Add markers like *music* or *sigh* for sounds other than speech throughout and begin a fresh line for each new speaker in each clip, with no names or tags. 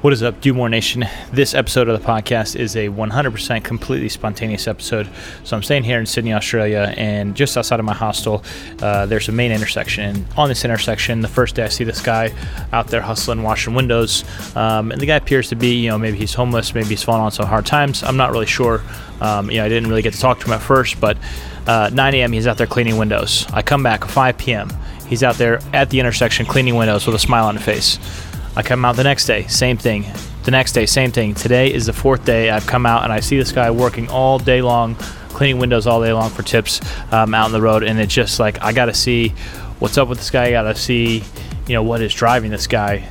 What is up, Do More Nation? This episode of the podcast is a 100% completely spontaneous episode. So I'm staying here in Sydney, Australia, and just outside of my hostel, uh, there's a main intersection. And on this intersection, the first day I see this guy out there hustling, washing windows, um, and the guy appears to be, you know, maybe he's homeless, maybe he's fallen on some hard times. I'm not really sure. Um, you know, I didn't really get to talk to him at first, but uh, 9 a.m. he's out there cleaning windows. I come back 5 p.m. He's out there at the intersection cleaning windows with a smile on his face. I come out the next day, same thing. The next day, same thing. Today is the fourth day I've come out and I see this guy working all day long, cleaning windows all day long for tips um, out on the road. And it's just like, I got to see what's up with this guy. I got to see, you know, what is driving this guy.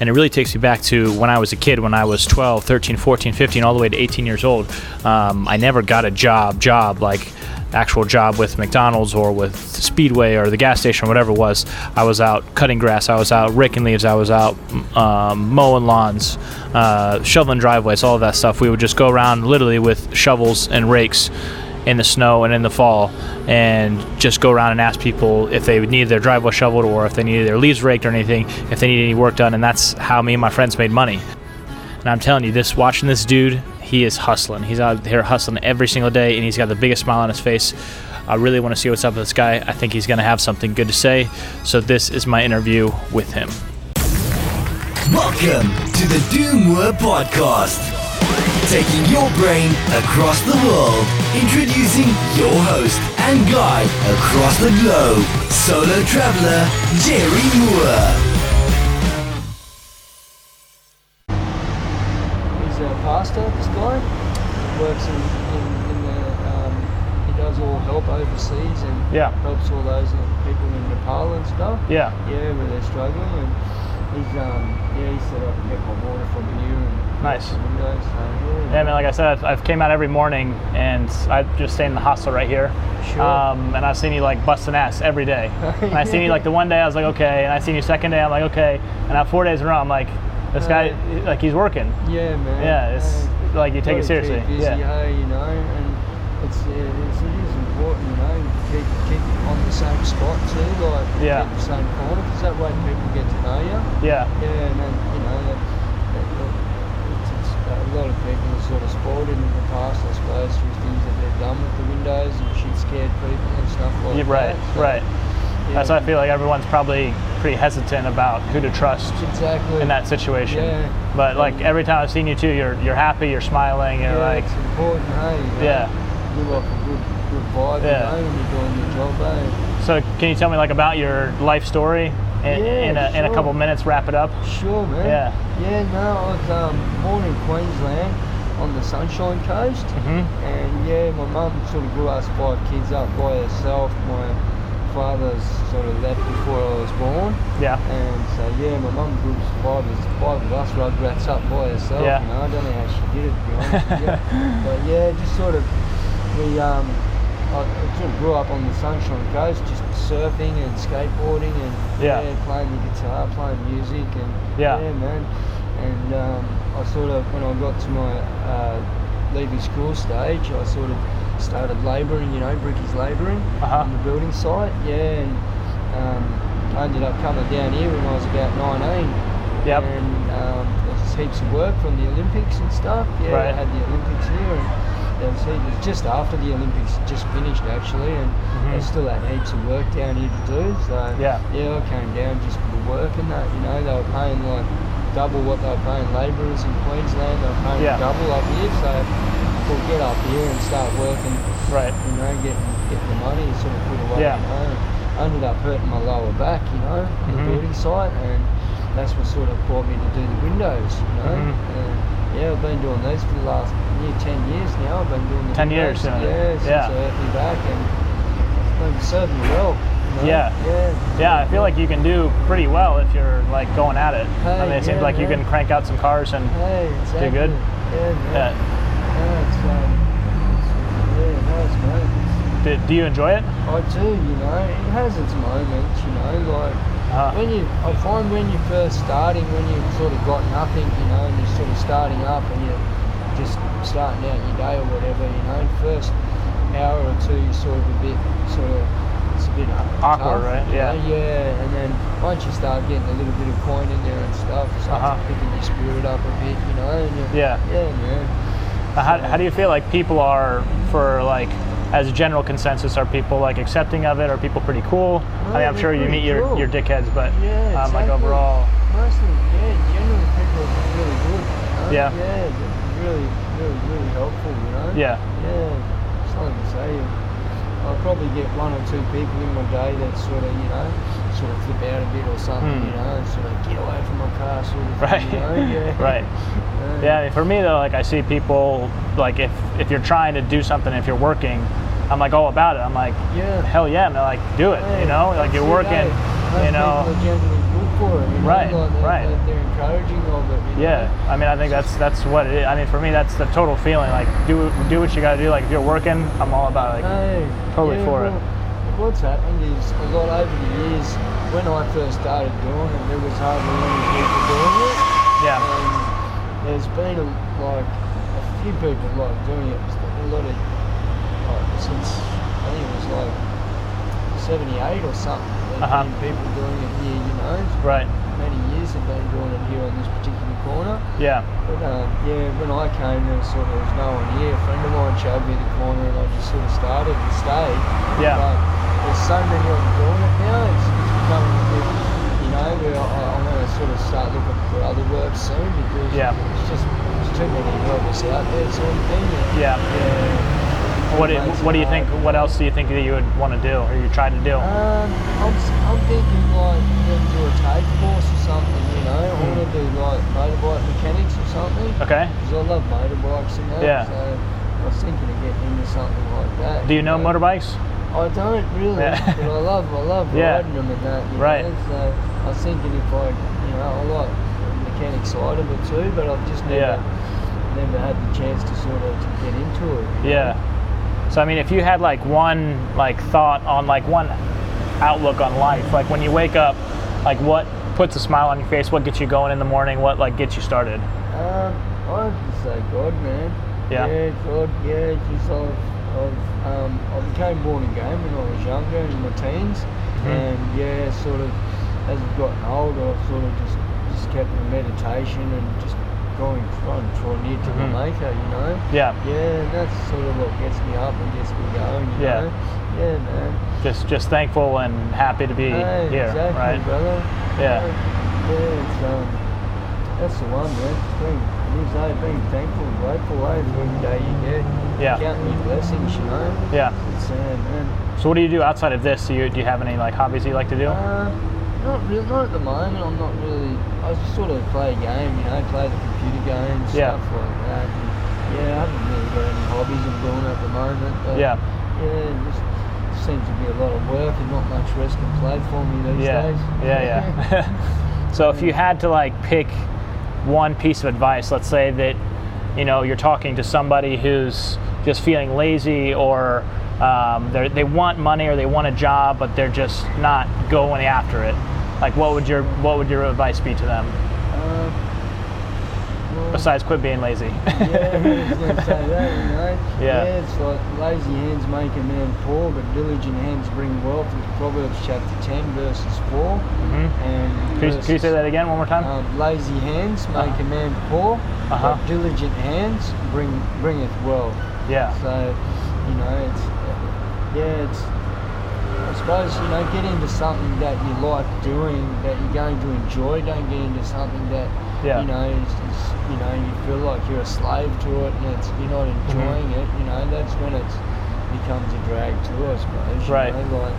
And it really takes me back to when I was a kid, when I was 12, 13, 14, 15, all the way to 18 years old. Um, I never got a job, job like actual job with McDonald's or with Speedway or the gas station, whatever it was. I was out cutting grass. I was out raking leaves. I was out um, mowing lawns, uh, shoveling driveways, all of that stuff. We would just go around literally with shovels and rakes in the snow and in the fall and just go around and ask people if they would need their driveway shoveled or if they needed their leaves raked or anything, if they needed any work done. And that's how me and my friends made money. And I'm telling you, this watching this dude, he is hustling. He's out here hustling every single day, and he's got the biggest smile on his face. I really want to see what's up with this guy. I think he's going to have something good to say. So this is my interview with him.
Welcome to the Doomware Podcast. Taking your brain across the world, introducing your host and guide across the globe, solo traveler Jerry Moore.
He's a pastor, this guy. Works in, in, in the, um, he does all help overseas and
Yeah.
helps all those people in Nepal and stuff.
Yeah.
Yeah, where they're struggling. And he's, um, yeah, he said I can get my water from you and
Nice.
some windows. So, yeah.
Yeah, man. Like I said, I've, I've came out every morning, and I just stay in the hostel right here.
Sure.
Um, and I've seen you like busting ass every day.
*laughs*
And I seen you like the one day I was like okay, and I seen you second day I'm like okay, and now four days in a row I'm like this guy
Right.
like he's working.
Yeah, man.
Yeah, it's
Hey,
like you take it
gotta keep
seriously.
Busy,
Yeah.
hey, you know, and it's, yeah, it's it is important, you know, to keep keep on the same spot too, like
Yeah.
keep the same corner, because that way people get to know you.
Yeah.
Yeah, and then, you know, that, that, that, it's, it's, uh, a lot of people are sort of spoiled in the past, I suppose, through things that they've done with the windows and she scared people and stuff like
Yeah,
that.
right. Right. That's why I feel like everyone's probably pretty hesitant about who to trust
Exactly.
in that situation.
Yeah.
But like every time I've seen you too, you're you're happy, you're smiling, you're
yeah,
like
it's important, hey? You know,
Yeah.
You like a good, good vibe,
Yeah.
you know, when you're doing your job, eh?
so can you tell me like about your life story in,
Yeah,
in, a, in a
sure.
couple minutes, wrap it up?
Sure, man.
Yeah.
Yeah, no, I was um, born in Queensland on the Sunshine Coast.
Mhm.
And yeah, my mum sort of grew us five kids up by herself. My father's sort of left before I was born.
Yeah.
And so, yeah, my mum grew us five, of us- five of us rugrats up by herself.
Yeah.
You know, I don't know how she did it, to be honest with you.
*laughs*
But yeah, just sort of, we, um, I I sort of grew up on the Sunshine Coast, just surfing and skateboarding and
Yeah.
playing the guitar, playing music, and
Yeah.
man. And um, I sort of, when I got to my uh, leaving school stage, I sort of started labouring, you know, brickies labouring
Uh-huh.
on the building site, yeah. And um, I ended up coming down here when I was about 19.
Yep.
And um, there was heaps of work from the Olympics and stuff. Yeah,
Right.
they had the Olympics here. And there was heaps, it was just after the Olympics had just finished actually, and they
Mhm.
still had heaps of work down here to do. So
Yeah.
yeah, I came down just for the work and that. You know, they were paying like double what they were paying labourers in Queensland. They were paying
Yeah.
double up here. So we'll get up here and start working.
Right.
You know, getting getting the money sort of put away.
Yeah.
You know. I ended up hurting my lower back. You know, in the
Mhm.
building site and that's what sort of brought me to do the windows, you know.
Mhm.
And, yeah, I've been doing these for the last near ten years now. I've been doing the
10 years,
windows,
yeah.
yeah,
Yeah.
since I hurt my back, and it's been serving me well. You know?
Yeah.
yeah,
Yeah, I feel like you can do pretty well if you're like going at it. I
Hey,
mean, it seems
yeah,
like you
man.
can crank out some cars and
Hey, exactly.
good?
Yeah,
uh,
man. Yeah, it's, um, it's, yeah, no, it's great.
do, do you enjoy it?
I do, you know, it has its moments, you know, like
Uh,
when you, I find when you're first starting, when you've sort of got nothing, you know, and you're sort of starting up and you're just starting out your day or whatever, you know, first hour or two, you're sort of a bit sort of it's a bit
Awkward,
tough,
right?
you
Yeah.
know? Yeah, and then once you start getting a little bit of coin in there and stuff, it starts
Uh-huh.
picking your spirit up a bit, you know. And you're-
Yeah.
Yeah, man.
Uh, How, how do you feel like people are for like as a general consensus are people like accepting of it? Are people pretty cool? I mean, I'm
they're
sure you
pretty
meet your,
cool.
your dickheads, but
Yeah,
um, like
exactly.
overall,
Most of them, yeah, generally people are really good. You know?
Yeah.
Yeah, they're really, really, really helpful, you know.
yeah,
Yeah, it's like I say, I'll probably get one or two people in my day that sort of, you know, sort of flip out a bit or something,
Hmm.
you know, and sort of get away from my car, sort of.
right,
Thing, you know?
*laughs*
Yeah.
right. Yeah, I mean, for me though, like I see people like if if you're trying to do something, if you're working, I'm like all about it. I'm like,
Yeah.
hell yeah, man, like do it.
Hey,
you know, like
that's
you're
it,
working.
eh? Most
you know.
people are generally good for it, you know,
Right,
like they're,
right.
they're- they're encouraging of it. You
Yeah, I mean, I think that's that's what it is. I mean, for me, that's the total feeling. Like, do do what you gotta do. Like, if you're working, I'm all about it. Like,
No,
Totally
yeah,
for it.
well, What's happened is a lot over the years. When I first started doing it, there was hardly any people doing it.
yeah,
And there's been a, like a few people like doing it. There's been a lot of like since I think it was like '78 or something. There's
Uh-huh.
been people doing it here, you know. It's
right.
Many years have been doing it here on this particular corner.
Yeah,
But um, yeah, when I came, there was sort of there was no one here. A friend of mine showed me the corner, and I just sort of started and stayed.
Yeah.
But there's so many of them doing it now. It's, it's becoming a bit, you know, where I, I'm going to sort of start looking for other work soon because
Yeah.
it's just it's too many of us out there, sort of thing. And,
yeah.
yeah.
What do,
Makes it
what do you think?
hard, you
What
know.
else do you think that you would want to do, or you try to do?
Um, I'm, s- I'm thinking like going to do a TAFE course or something, you know. I want
Hmm.
to do like motorbike mechanics or something.
Okay.
Because I love motorbikes and that.
Yeah.
So I was thinking of getting into something like that.
Do you know
but
motorbikes?
I don't really,
Yeah.
but I love I love
*laughs* Yeah.
riding them and that. You
Right.
Know? So I was thinking if I, you know, I like the mechanic side of it too, but I've just never,
Yeah.
never had the chance to sort of to get into it. you
Yeah. So I mean, if you had like one like thought on like one outlook on life, like when you wake up, like what puts a smile on your face, what gets you going in the morning, what like gets you started?
Um, I have to say God, man.
Yeah.
Yeah, God, yeah, just I've, I've, um, I became born again when I was younger, in my teens,
Mm-hmm.
and yeah, sort of, as I've gotten older, I've sort of just, just kept my meditation and just going from drawing near to
Mhm.
my maker, you know?
Yeah.
Yeah, and that's sort of what gets me up and gets me going, you
Yeah.
know? Yeah, man.
Just just thankful and happy to be
Hey,
here,
exactly,
right?
brother.
Yeah.
Yeah, it's, um, that's the one, man. Being, these days, being thankful and grateful eh, for every day you get.
Yeah.
Counting your blessings, you know.
Yeah.
It's, uh, man.
So what do you do outside of this? Do you, do you have any like hobbies you like to do?
Uh, not really, not at the moment. I'm not really. I just sort of play a game, you know, play the computer games,
Yeah.
stuff like that. And, yeah, I haven't really got any hobbies I'm doing at the moment. But,
Yeah.
Yeah, it just seems to be a lot of work and not much rest and play for me these
yeah.
days.
Yeah,
*laughs*
*laughs* yeah. so if you had to like pick one piece of advice, let's say that you know you're talking to somebody who's just feeling lazy or um, they're- they want money or they want a job but they're just not going after it. Like what would your what would your advice be to them
Um, well,
besides quit being lazy?
yeah, I was gonna say
*laughs*
that, you know.
Yeah.
it's like lazy hands make a man poor, but diligent hands bring wealth. It's Proverbs chapter 10, verses 4.
Mhm.
And
Could you, could you say
verses,
that again one more time?
Um, lazy hands make
Uh-huh.
a man poor,
Uh-huh.
but diligent hands bring bringeth wealth.
yeah.
So, you know, it's yeah, it's I suppose you know, get into something that you like doing, that you're going to enjoy. Don't get into something that
Yeah.
you know, is, is, you know, you feel like you're a slave to it, and it's you're not
Mm-hmm.
enjoying it. You know, that's when it becomes a drag too, I suppose. you
Right.
know, like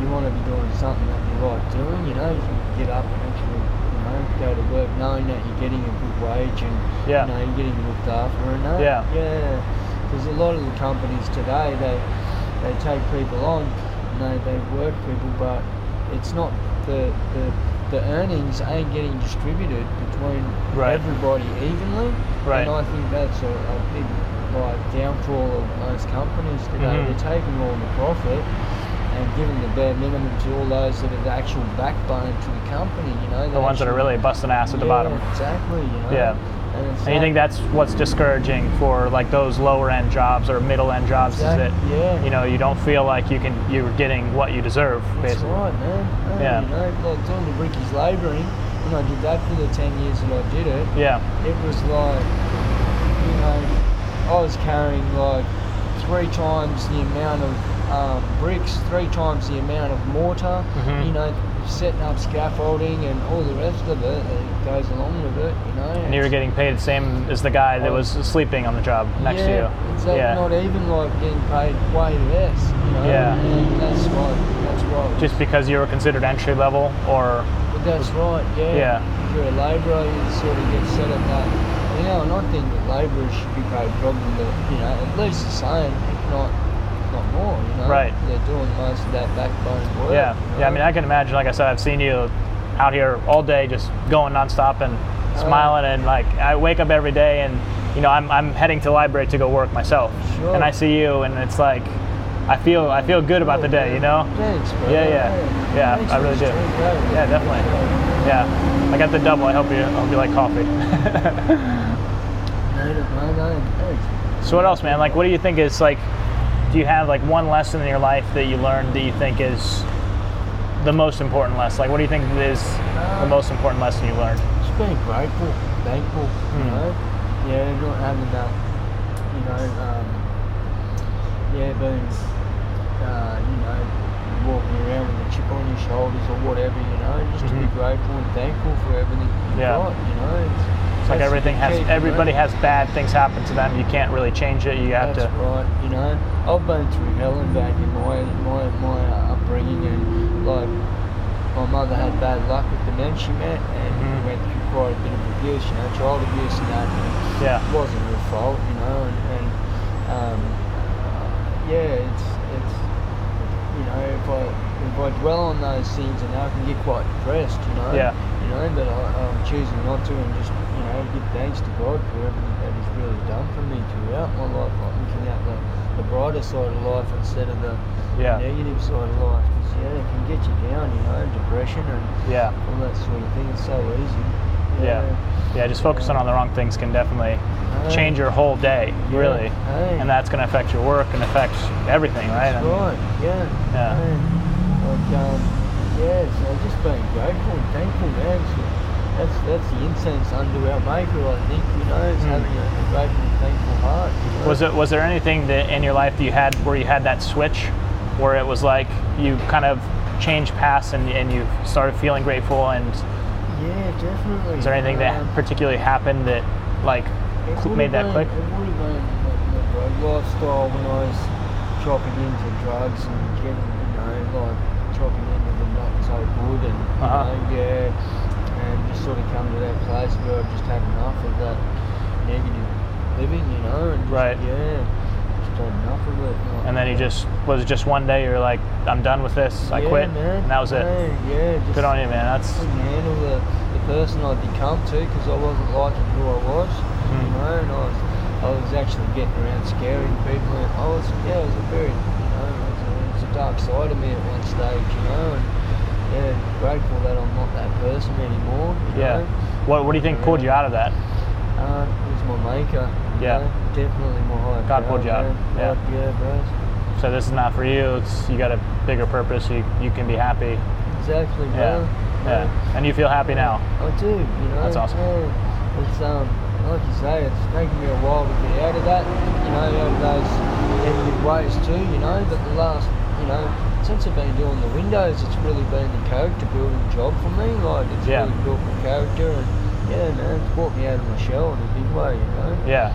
you want to be doing something that you like doing. You know, you can get up and actually, you know, go to work knowing that you're getting a good wage and
Yeah.
you know you're getting looked after and that.
Yeah.
Yeah. Because a lot of the companies today, they they take people on, and they, they work people, but it's not the the the earnings ain't getting distributed between
Right.
everybody evenly.
Right.
And I think that's a, a big like downfall of most companies today.
Mhm.
They're taking all the profit and giving the bare minimum to all those that are the actual backbone to the company. You know,
The ones that are
actual-
really busting ass at the bottom.
Exactly. You know.
Yeah.
And And it's
And you
like-
think that's what's discouraging for like those lower end jobs or middle end jobs
Exact-
is that
yeah.
you know you don't feel like you can you're getting what you deserve
That's
basically.
right, man. No,
Yeah.
You know, like doing the brickies labouring, when I did that for the 10 years that I did it,
Yeah.
it was like, you know, I was carrying like three times the amount of um, bricks, three times the amount of mortar,
Mhm.
you know, setting up scaffolding and all the rest of it that goes along with it, you know.
And you were getting paid the same as the guy that was sleeping on the job next
yeah,
to you.
It's like
yeah.
not even like getting paid way less, you know.
Yeah.
And that's right, that's right.
Just because you were considered entry level or
But that's right, yeah.
Yeah.
If you're a labourer, you sort of get set at that. You know, and I think that labourers should be paid probably, the, you know, at least the same, if not, if not more, you know.
Right.
They're doing most of that backbone work.
yeah.
you
Yeah, I mean
know.
I can imagine like I said I've seen you out here all day just going nonstop and smiling and like I wake up every day and you know I'm I'm heading to the library to go work myself.
Sure.
And I see you and it's like I feel I feel good about the day, you know?
Thanks, bro.
Yeah, yeah. Yeah,
Thanks
I
for
really
this
do.
drink, bro.
Yeah, definitely. Yeah. I got the double. I hope you hope you like coffee. *laughs*
Later, bro, no, thanks.
so what else, man? Like what do you think is like do you have like one lesson in your life that you learned that you think is the most important lesson? Like what do you think is the most important lesson you learned?
Just being grateful, thankful, you
Hmm.
know. Yeah, not having that, you know, um, yeah, being, uh, you know, walking around with a chip on your shoulders or whatever, you know, just to be
Mhm.
grateful and thankful for everything you've
Yeah.
got, you know. It's,
It's like
that's the
everything has
key, you know?
everybody has bad things happen to them. You can't really change it. You have
That's
to
right, you know. I've been through hell and back in my, my, my uh, upbringing and like my mother had bad luck with the men she met and
Mhm.
went through quite a bit of abuse, you know, child abuse and that. And
Yeah.
It wasn't her fault, you know, and, and um, uh, yeah, it's, it's, you know, if I, if I dwell on those things and I can get quite depressed, you know.
Yeah.
You know, but I, I'm choosing not to and just, you know, give thanks to God for everything that He's really done for me throughout my life, like looking at the, the brighter side of life instead of the
Yeah.
negative side of life. 'Cause, yeah, it can get you down, you know, depression and
Yeah.
all that sort of thing. It's so easy.
Yeah. Yeah, just focusing on the wrong things can definitely change your whole day,
Yeah.
really.
Hey.
And that's going to affect your work and affect everything, right?
That's
I mean,
right, yeah.
Yeah.
Man. Like, um, yeah, so just being grateful and thankful, man. So that's, that's the incense unto our maker, I think, you know, is
Hmm.
having a, a grateful and thankful heart. you know.
Was it was there anything that in your life that you had where you had that switch where it was like you kind of changed paths and, and you started feeling grateful and
Yeah, definitely.
is there anything that
Um,
particularly happened that like
it
cl-
would've
made that
been-
click?
It would have been like my drug lifestyle when I was chopping into drugs and getting, you know, like chopping into the not so good and,
Uh-huh.
you know, yeah, and just sort of come to that place where I've just had enough of that negative living, you know, and just,
Right.
yeah, just had enough of it. like,
And then you just was it just one day you're like I'm done with this, I
yeah,
quit,
man,
and that was it.
hey, yeah, just
Good on you, man. That's
couldn't handle the, the person I'd become to because I wasn't liking who I was, you
Mhm.
know, and I was, I was actually getting around scaring people. And I was, yeah, it was a very, you know, it was a, it was a dark side of me at one stage, you know, and yeah, grateful that I'm not that person anymore, you
yeah.
know.
What what do you think pulled you out of that?
Uh, it was my maker, you
Yeah.
know, definitely my higher
God pulled
power,
you out,
man.
yeah.
God, yeah, bros.
So this is not for you. It's you got a bigger purpose. You you can be happy.
Exactly, bro.
Yeah.
Yeah.
Yeah. And you feel happy now.
I do, Oh, you know.
That's awesome.
yeah. It's um, like you say, it's taken me a while to get out of that, you know, out of those negative ways too, you know. But the last, you know, since I've been doing the windows, it's really been the character building job for me. Like it's
Yeah.
really built my character, and yeah, man, it's brought me out of my shell in a big way, you know.
Yeah.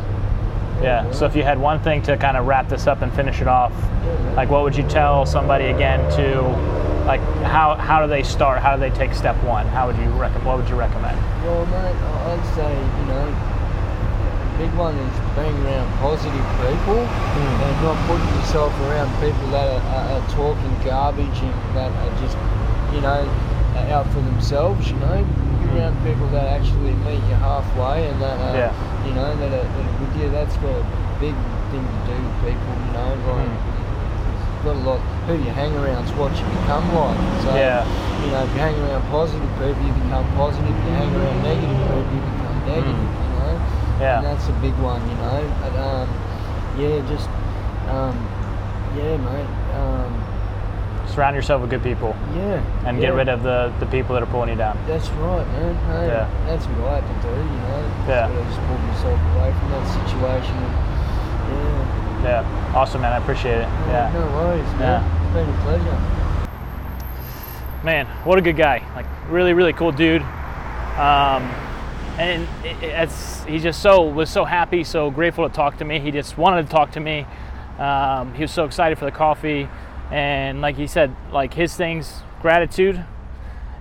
Yeah. So if you had one thing to kind of wrap this up and finish it off,
man.
like what would you tell somebody again to like how how do they start? How do they take step one? How would you recommend? What would you recommend?
Well, mate, I- I'd say, you know, a big one is being around positive people
Hmm.
and not putting yourself around people that are, are, are talking garbage and that are just, you know, are out for themselves, you know. Get around people that actually meet you halfway and that are,
Hmm. Yeah.
you know, that are, that are with you. That's got a big thing to do with people, you know.
Hmm.
Like, it's Got a lot. Who you hang around's what you become like. So,
Yeah.
you know, if you hang around positive people, you become positive. If you hang around negative people, you become negative. You know,
Hmm. Yeah.
And that's a big one, you know. But um, yeah, just um, yeah, mate. Um,
Surround yourself with good people
yeah.
and
yeah.
get rid of the, the people that are pulling you down.
That's right, man. Hey,
Yeah.
That's what I had to do, you know.
Yeah.
Sort of just pulled myself away from that situation. Yeah.
Yeah. Awesome, man. I appreciate it. Yeah.
No worries, man.
Yeah.
It's been a pleasure.
man, what a good guy. Like really, really cool dude. Um, and it, it- it's, he just so was so happy, so grateful to talk to me. He just wanted to talk to me. Um, he was so excited for the coffee, and like he said, like his things, gratitude,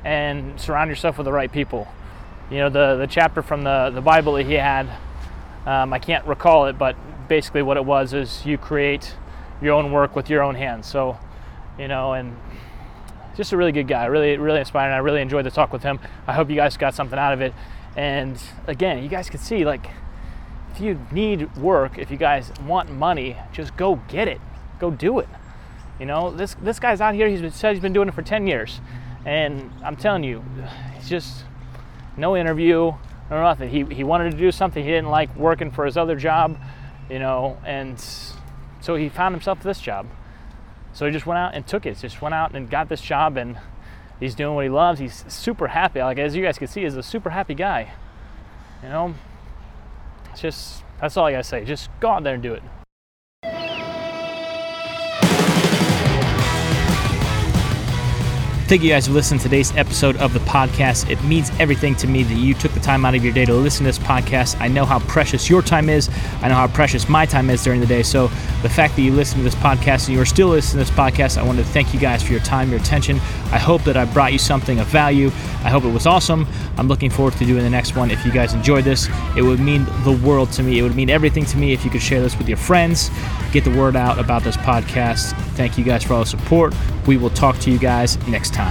and surround yourself with the right people. You know the the chapter from the the Bible that he had. Um, I can't recall it, but basically what it was is you create your own work with your own hands. So, you know, and just a really good guy, really, really inspiring. I really enjoyed the talk with him. I hope you guys got something out of it. And again, you guys can see, like, if you need work, if you guys want money, just go get it, go do it. You know, this this guy's out here. He's been, said he's been doing it for 10 years, and I'm telling you, it's just no interview, no nothing. He he wanted to do something he didn't like working for his other job, you know, and so he found himself this job. So he just went out and took it. Just went out and got this job, and he's doing what he loves. He's super happy. Like as you guys can see, he's a super happy guy. You know, it's just that's all I gotta say. Just go out there and do it. Thank you guys for listening to today's episode of the podcast. It means everything to me that you took the time out of your day to listen to this podcast. I know how precious your time is. I know how precious my time is during the day. So the fact that you listen to this podcast and you are still listening to this podcast, I wanted to thank you guys for your time, your attention. I hope that I brought you something of value. I hope it was awesome. I'm looking forward to doing the next one. If you guys enjoyed this, it would mean the world to me. It would mean everything to me if you could share this with your friends, get the word out about this podcast. Thank you guys for all the support. We will talk to you guys next time.